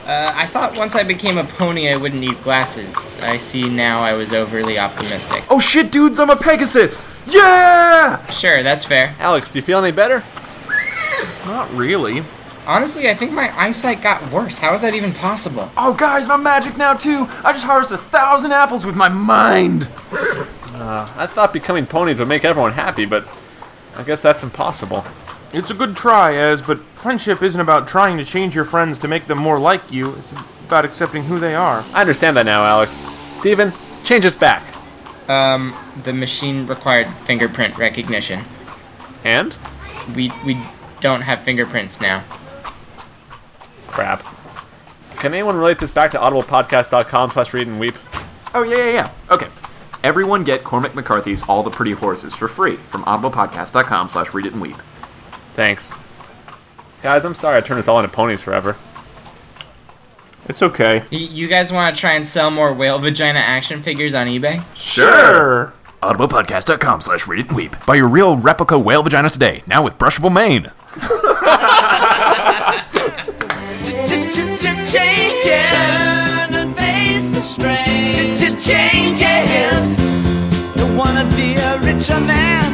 Uh, I thought once I became a pony I wouldn't need glasses. I see now I was overly optimistic.
Oh shit, dudes! I'm a Pegasus. Yeah.
Sure, that's fair.
Alex, do you feel any better?
not really.
Honestly, I think my eyesight got worse. How is that even possible?
Oh guys, and I'm magic now too. I just harvested a thousand apples with my mind.
I thought becoming ponies would make everyone happy, but I guess that's impossible.
It's a good try, as but friendship isn't about trying to change your friends to make them more like you. It's about accepting who they are.
I understand that now, Alex. Steven, change us back.
Um, the machine required fingerprint recognition.
And?
We we don't have fingerprints now.
Crap. Can anyone relate this back to audiblepodcast.com slash read and weep?
Oh yeah, yeah, yeah. Okay. Everyone get Cormac McCarthy's All the Pretty Horses for free from audiblepodcast.com slash read it and weep.
Thanks. Guys, I'm sorry I turned us all into ponies forever.
It's okay.
Y- You guys want to try and sell more whale vagina action figures on eBay?
Sure.
audiblepodcast.com slash read it and weep. Buy your real replica whale vagina today, now with brushable mane.
Turn and face the strange changes. Don't wanna be a richer man.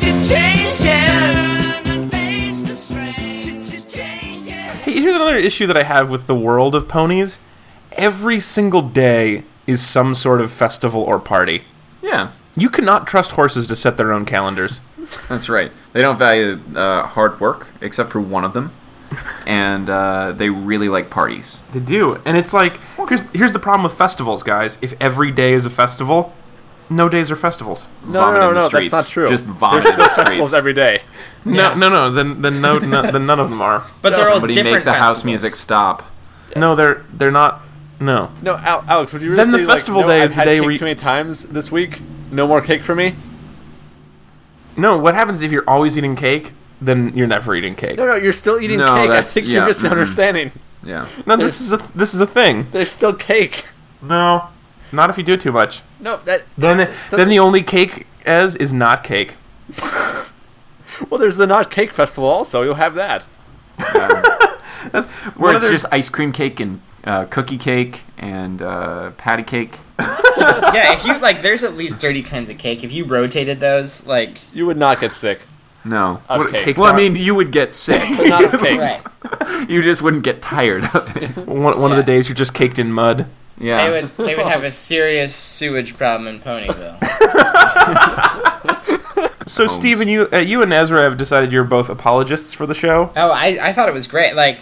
Changes. Turn and face the strange changes.
Hey, here's another issue that I have with the world of ponies. Every single day is some sort of festival or party.
Yeah,
You cannot trust horses to set their own calendars.
that's right. They don't value uh, hard work except for one of them, and uh, they really like parties.
They do, and it's like here's, here's the problem with festivals, guys. If every day is a festival, no days are festivals.
No, no, no,
Vomit in the
no that's
streets.
not true.
Just vomit
There's
in the
still festivals
streets.
every day.
No,
Yeah.
no, no. Then, then no, no then none of them are.
But they're all
Somebody
different.
make the house
festivals.
music stop.
No, they're they're not. No.
No, Al- Alex, would you really
Then the
say,
festival
like,
day
no,
is
I've
the
had
day
cake
we-
too many times this week. No more cake for me.
No, what happens if you're always eating cake? Then you're never eating cake.
No, no, you're still eating
No,
cake. I
that's-
think
yeah,
you're
mm-hmm.
misunderstanding.
Yeah.
No, this is a this is a thing.
There's still cake.
No, not if you do too much.
No, that
Then then the only cake as is not cake.
well, there's the not cake festival also. You'll have that.
Where
One
it's
other-
just ice cream cake and uh, cookie cake and uh, patty cake.
yeah, if you like, there's at least thirty kinds of cake. If you rotated those, like,
You would not get sick
No.
of
What a
cake.
cake-
Well, I mean, you would get sick.
But not of cake.
right?
you just wouldn't get tired of it.
One, one of the
Yeah.
days you're just caked in mud.
Yeah.
They would they would have a serious sewage problem in Ponyville.
So, Steven, you uh, you and Ezra have decided you're both apologists for the show.
Oh, I, I thought it was great. Like,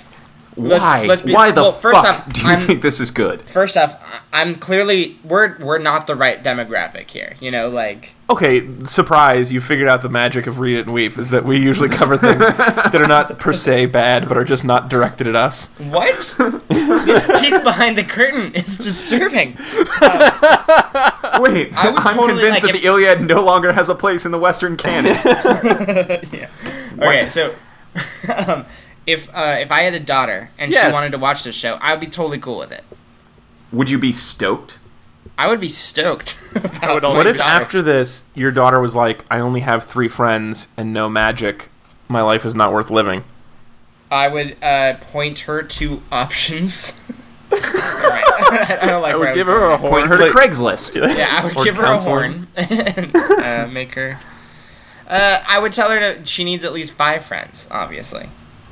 let's-
Why?
let's be-
Why the
well, first
fuck
off,
do you
I'm-
think this is good?
first off, I- I'm clearly we're we're not the right demographic here. You know, like
Okay, surprise, you figured out the magic of Read It and Weep is that we usually cover things that are not per se bad, but are just not directed at us.
what? this peek behind the curtain is disturbing.
Wait,
I would
I'm
totally
convinced
like
that
if-
the Iliad no longer has a place in the Western canon.
Okay, so um, if uh, if I had a daughter and she
Yes.
wanted to watch this show, I would be totally cool with it.
would you be stoked?
I would be stoked.
I
Oh
would only
What if
be-
after this, your daughter was like, I only have three friends and no magic. My life is not worth living.
I would uh, point her to options. Alright. I don't like
I
where
would
I
give
was
her a
Point
horn.
her to
like-
Craigslist.
Yeah, I would
Or
give her
counseling.
a horn and uh, make her. Uh, I would tell her to, she needs at least five friends, obviously.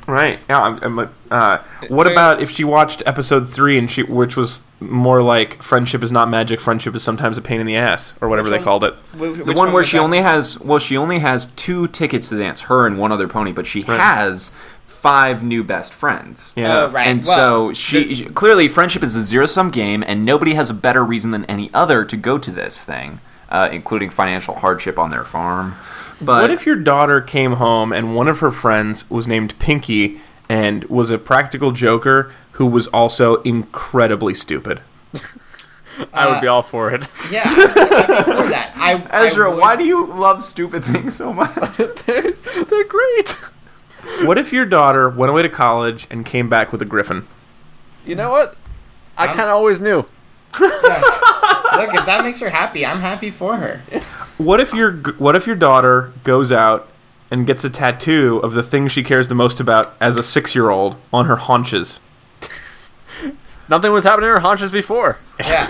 Right. Yeah. I'm, I'm, like, uh, what
Uh,
about if she watched episode three and she, which was more like "Friendship is not magic, friendship is sometimes a pain in the ass" or whatever they
one?
called it.
The one, where she only has well, she only has two tickets to dance, her and one other pony, but she has five new best friends.
Yeah.
Oh, right.
And
well,
so she, she- clearly friendship is a zero sum game, and nobody has a better reason than any other to go to this thing, uh, including financial hardship on their farm. But
What if your daughter came home and one of her friends was named Pinky and was a practical joker who was also incredibly stupid?
I would be all for it.
Yeah, I was before that. I,
Ezra,
I would,
why do you love stupid things so much?
they're, they're great.
What if your daughter went away to college and came back with a griffin?
You know what? I kind of always knew.
Look, if that makes her happy, I'm happy for her.
What if your what if your daughter goes out and gets a tattoo of the thing she cares the most about as a 6-year-old on her haunches?
Nothing was happening to her haunches before.
Yeah.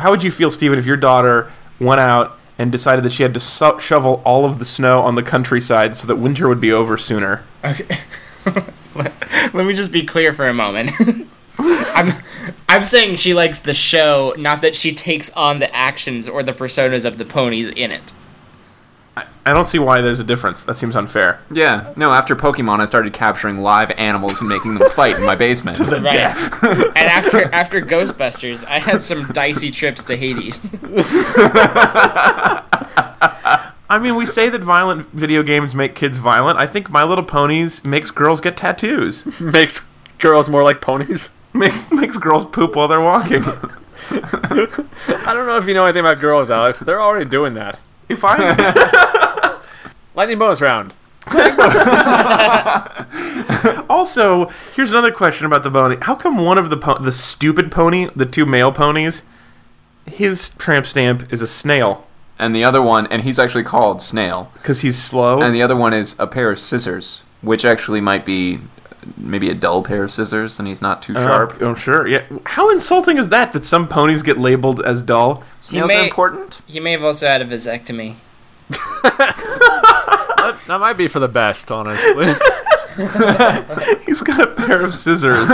How would you feel, Steven, if your daughter went out and decided that she had to so- shovel all of the snow on the countryside so that winter would be over sooner?
Let me just be clear for a moment. I'm, I'm saying she likes the show, not that she takes on the actions or the personas of the ponies in it.
I don't see why there's a difference. That seems unfair.
Yeah, no, after Pokemon, I started capturing live animals and making them fight in my basement.
Right. and after after Ghostbusters, I had some dicey trips to Hades.
I mean, we say that violent video games make kids violent. I think My Little Ponies makes girls get tattoos.
Makes girls more like ponies.
makes makes girls poop while they're walking.
I don't know if you know anything about girls, Alex. They're already doing that.
If I
Lightning bonus round.
also, here's another question about the pony. How come one of the po- the stupid pony, the two male ponies, his tramp stamp is a snail
and the other one, and he's actually called Snail,
because he's slow?
and the other one is a pair of scissors, which actually might be maybe a dull pair of scissors, and he's not too sharp.
I'm Oh, sure. Yeah. How insulting is that? That some ponies get labeled as dull.
Snails are
may-
important.
He may have also had a vasectomy.
That, that might be for the best, honestly.
He's got a pair of scissors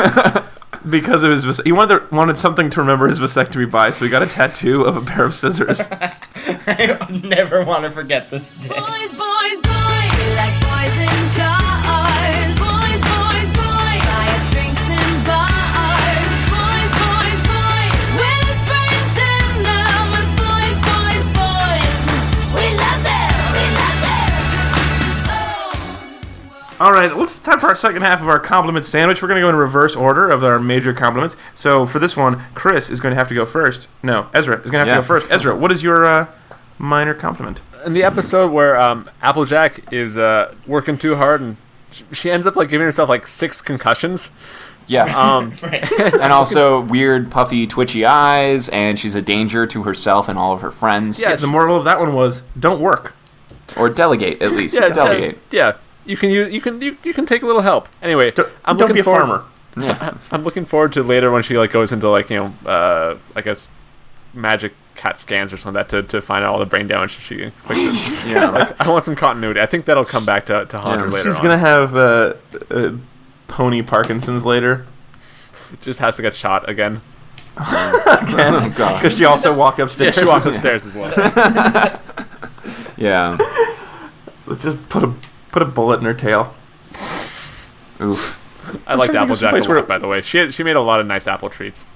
because of his. vas- He wanted wanted something to remember his vasectomy by, so he got a tattoo of a pair of scissors.
I would never want to forget this day.
Boys, boys, boys, like boys in cars. Boys, boys, boys, buy us drinks in bars. Boys, boys, boys, we're the friends and them. And boys, boys, boys, we love them, we love them. Oh.
All right, let's time for our second half of our compliment sandwich. We're going to go in reverse order of our major compliments. So for this one, Chris is going to have to go first. No, Ezra is going to have
Yeah.
to go first. Ezra, what is your uh, minor compliment?
in the episode where um, Applejack is uh, working too hard and sh- she ends up like giving herself like six concussions.
Yes.
Um,
and also weird, puffy, twitchy eyes, and she's a danger to herself and all of her friends.
Yeah,
The moral of that one was don't work.
Or delegate, at least.
yeah,
delegate.
Yeah, yeah. you can use, you can you, you can take a little help. Anyway, I'm
don't
looking
be a
forward,
farmer.
Yeah.
I'm looking forward to later when she like goes into like you know uh, I guess magic cat scans or something like that to, to find out all the brain damage she inflicted.
Yeah.
I want some continuity. I think that'll come back to to haunt her
Yeah.
later
She's
on.
going to have uh, uh, pony Parkinson's later
Just has to get shot again.
oh, God.
because she also walked upstairs.
She walked upstairs as well.
Yeah.
Just put a put a bullet in her tail.
Oof.
I liked
trying to think of
Applejack a
someplace
lot,
where-
by the way. She she made a lot of nice apple treats.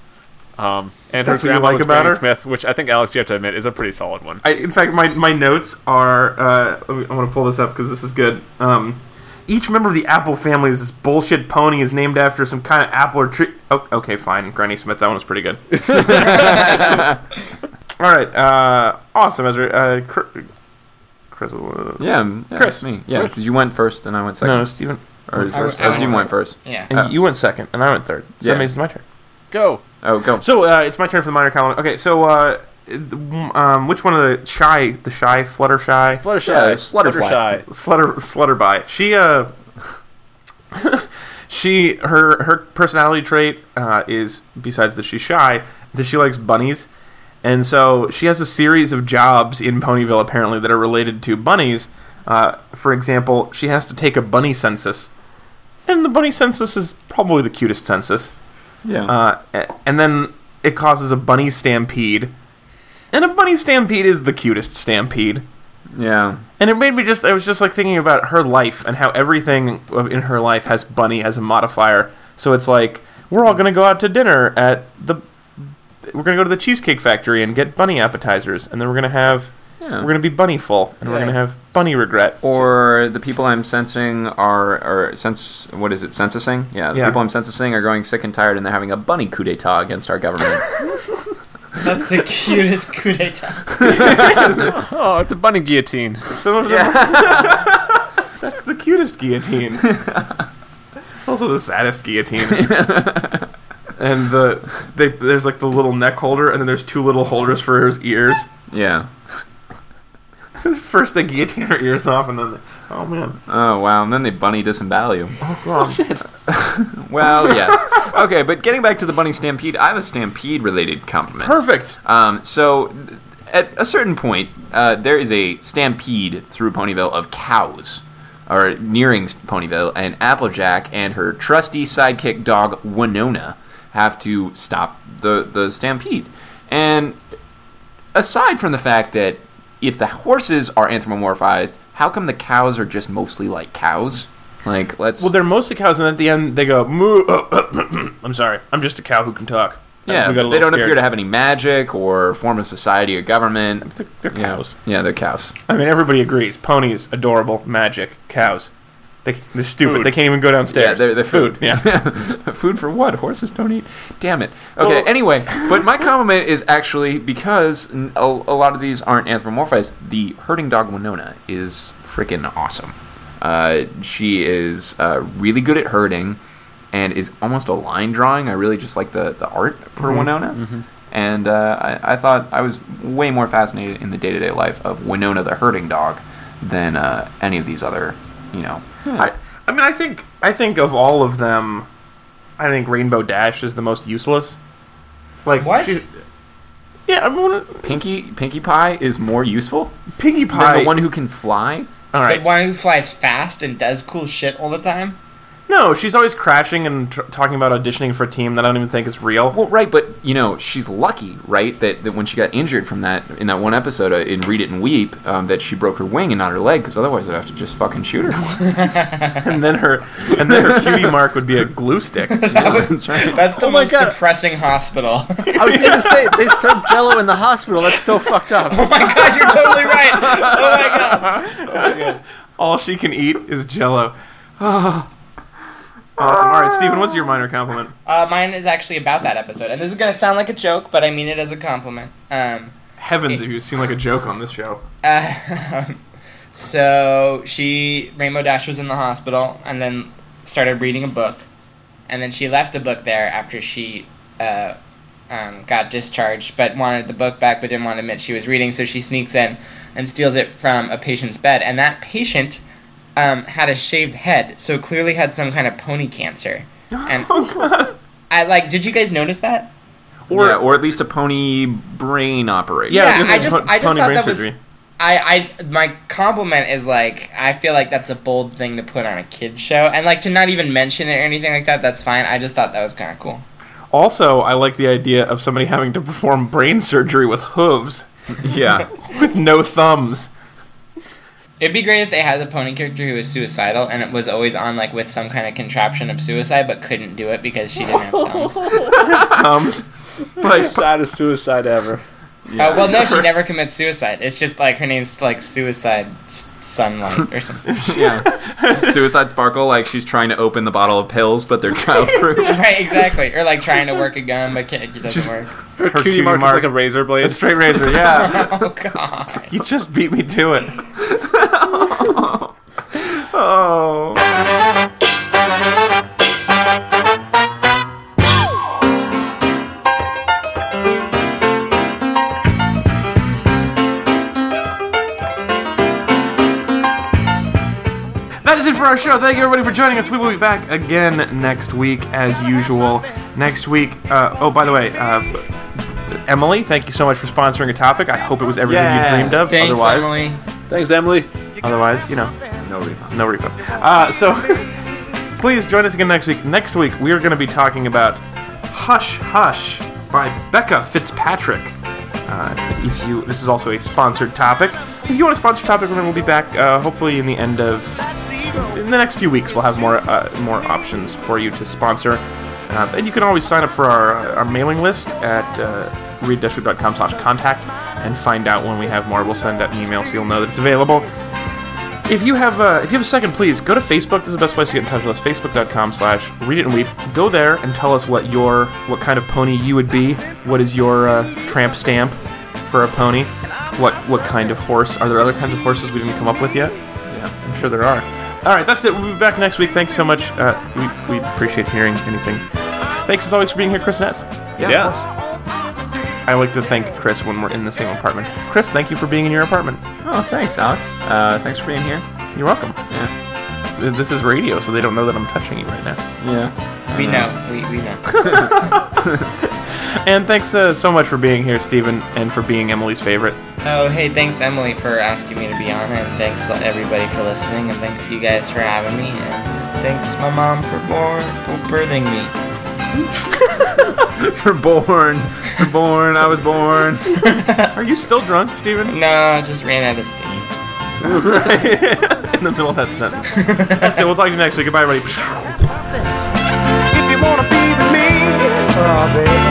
Um, and her
That's what you
grandma
like
was
about
Granny
her?
Smith, which I think Alex, you have to admit, is a pretty solid one.
I, in fact, my, my notes are. Uh, I want to pull this up because this is good. Um, each member of the Apple family is this bullshit pony is named after some kind of apple or tree. Oh, okay, fine. Granny Smith, that one was pretty good. All right, uh, awesome, Ezra. Uh, Cr- Chris, uh,
Yeah. m- yeah,
Chris.
it's me. Yeah, because you went first and I went second.
no, uh, Stephen,
or is
I
first.
went- I
oh, Steven
went
went first.
Yeah.
and you went second, and I went third. So
yeah.
that means it's my turn.
Go.
Oh, go.
So uh, it's my turn for the minor comment. Okay, so uh, th- um, which one of the shy, the shy, flutter shy,
Fluttershy.
Yeah,
Fluttershy.
Slutterfly.
Slutter Slutterby. She uh she her her personality trait uh, is besides that she's shy, that she likes bunnies. And so she has a series of jobs in Ponyville apparently that are related to bunnies. Uh, for example, she has to take a bunny census. And the bunny census is probably the cutest census.
Yeah.
Uh, a- and then it causes a bunny stampede. And a bunny stampede is the cutest stampede.
yeah.
And it made me just, I was just like thinking about her life and how everything of- in her life has bunny as a modifier. So it's like, we're all going to go out to dinner at the, we're going to go to the Cheesecake Factory and get bunny appetizers. And then we're going to have,
Yeah.
we're going to be bunny full. And we're
Yeah.
going to have bunny regret.
Or the people I'm sensing are, are sense. What is it? Censusing. Yeah. The
Yeah.
people I'm censusing are growing sick and tired, and they're having a bunny coup d'état against our government.
That's the cutest coup d'etat.
Oh, it's a bunny guillotine.
Some of them, that's the cutest guillotine. it's also the saddest guillotine. and the, they, there's like the little neck holder and then there's two little holders for his ears.
yeah.
First they guillotine her ears off, and then they, oh man,
Oh wow. And then they bunny disembowel you.
oh, God.
Well, yes. Okay, but getting back to the bunny stampede, I have a stampede related compliment.
perfect.
Um, so, th- at a certain point, uh, there is a stampede through Ponyville of cows, or nearing s- Ponyville, and Applejack and her trusty sidekick dog Winona have to stop the the stampede. And aside from the fact that if the horses are anthropomorphized, how come the cows are just mostly like cows? Like, let's
Well, they're mostly cows, and at the end they go moo. I'm sorry, I'm just a cow who can talk.
Yeah,
We got a
but they
little
don't appear
scared.
to have any magic or form of society or government.
They're, they're
Yeah.
cows.
Yeah, they're cows.
I mean, everybody agrees. Ponies, adorable, magic. Cows, they, they're stupid.
Food.
They can't even go downstairs.
Yeah, they're, they're food.
Yeah.
food for what? Horses don't eat. Damn it. Okay,
Well-
anyway, but my compliment is actually because n- a, a lot of these aren't anthropomorphized, the herding dog Winona is freaking awesome. Uh, she is uh, really good at herding and is almost a line drawing. I really just like the, the art for
Mm-hmm.
Winona. And uh, I, I thought I was way more fascinated in the day to day life of Winona the herding dog than uh, any of these other, you know.
I, I mean, I think I think of all of them, I think Rainbow Dash is the most useless. Like
What?
she- yeah, I mean,
Pinky Pinkie Pie is more useful
Piggy
than
Pie.
the one who can fly.
all
The
right,
one who flies fast and does cool shit all the time.
no, she's always crashing and tr- talking about auditioning for a team that I don't even think is real.
Well, right, but you know she's lucky, right? That, that when she got injured from that in that one episode uh, in Read It and Weep, um, that she broke her wing and not her leg, because otherwise I'd have to just fucking shoot her.
and then her and then her cutie mark would be a glue stick.
That's right.
That's the
Oh my
most
God.
depressing hospital.
I was gonna say they serve Jello in the hospital. That's so fucked up.
oh my god, you're totally right. Oh my god.
All she can eat is Jello. Oh. Awesome. All right, Stephen, what's your minor compliment?
Uh, mine is actually about that episode, and this is gonna sound like a joke, but I mean it as a compliment. Um,
Heavens, you seem like a joke on this show.
uh, so she Rainbow Dash was in the hospital, and then started reading a book, and then she left the book there after she uh, um, got discharged, but wanted the book back, but didn't want to admit she was reading, so she sneaks in and steals it from a patient's bed, and that patient um, had a shaved head, so clearly had some kind of pony cancer. And I like, did you guys notice that?
Or, yeah, or at least a pony brain operation.
Yeah,
Yeah,
it was
I
like
just,
pon-
I just
pony
thought
brain
that was.
surgery.
I, I, my compliment is like, I feel like that's a bold thing to put on a kid's show, and like to not even mention it or anything like that. That's fine. I just thought that was kind of cool.
Also, I like the idea of somebody having to perform brain surgery with hooves,
yeah.
with no thumbs.
It'd be great if they had the pony character who was suicidal and it was always on like with some kind of contraption of suicide, but couldn't do it because she didn't have thumbs. Uh,
Thumbs.
Like saddest suicide ever.
well, no, she never commits suicide. It's just like her name's like Suicide S- Sunlight or something.
yeah. Suicide Sparkle, like she's trying to open the bottle of pills, but they're childproof.
right, exactly. Or like trying to work a gun, but can't- it doesn't work.
Her
Cutie, mark, is like a razor blade.
a straight razor. Yeah,
Oh god.
you just beat me to it. oh. That is it for our show. Thank you everybody for joining us. We will be back again next week, as usual. Next week. Uh, oh, by the way, uh, Emily, thank you so much for sponsoring a topic. I hope it was everything
Yeah.
you dreamed of.
Thanks,
otherwise,
Emily.
Thanks, Emily.
otherwise, you know,
no refund.
no refunds. Uh, so please join us again next week. Next week we are going to be talking about "Hush Hush" by Becca Fitzpatrick. Uh, if you, this is also a sponsored topic. If you want a sponsored topic, then we'll be back uh, hopefully in the end of in the next few weeks. We'll have more uh, more options for you to sponsor. Uh, and you can always sign up for our, our mailing list at uh, read-food.com slash contact and find out when we have more. We'll send out an email so you'll know that it's available. If you have uh, if you have a second, please go to Facebook. This is the best place to get in touch with us. Facebook.com slash read it and weep. Go there and tell us what your what kind of pony you would be. What is your uh, tramp stamp for a pony? What what kind of horse? Are there other kinds of horses we didn't come up with yet? Yeah, I'm sure there are. All right, that's it. We'll be back next week. Thanks so much. Uh, we, we appreciate hearing anything. Thanks as always for being here, Chris Ness.
Yeah.
Oh.
I like to thank Chris when we're in the same apartment. Chris, thank you for being in your apartment.
Oh, thanks, Alex. Uh, thanks for being here.
You're welcome. Th- This is radio, so they don't know that I'm touching you right now.
Yeah.
We know. We, we know.
And thanks uh, so much for being here, Stephen, and for being Emily's favorite.
Oh, hey, thanks, Emily, for asking me to be on, and thanks, everybody, for listening, and thanks, you guys, for having me, and thanks, my mom, for, born, for birthing me.
For born. For born. I was born.
Are you still drunk, Stephen?
No, I just ran out of steam.
In the middle of that sentence. That's it. We'll talk to you next week. Goodbye, everybody.
If you wanna be with me, oh baby.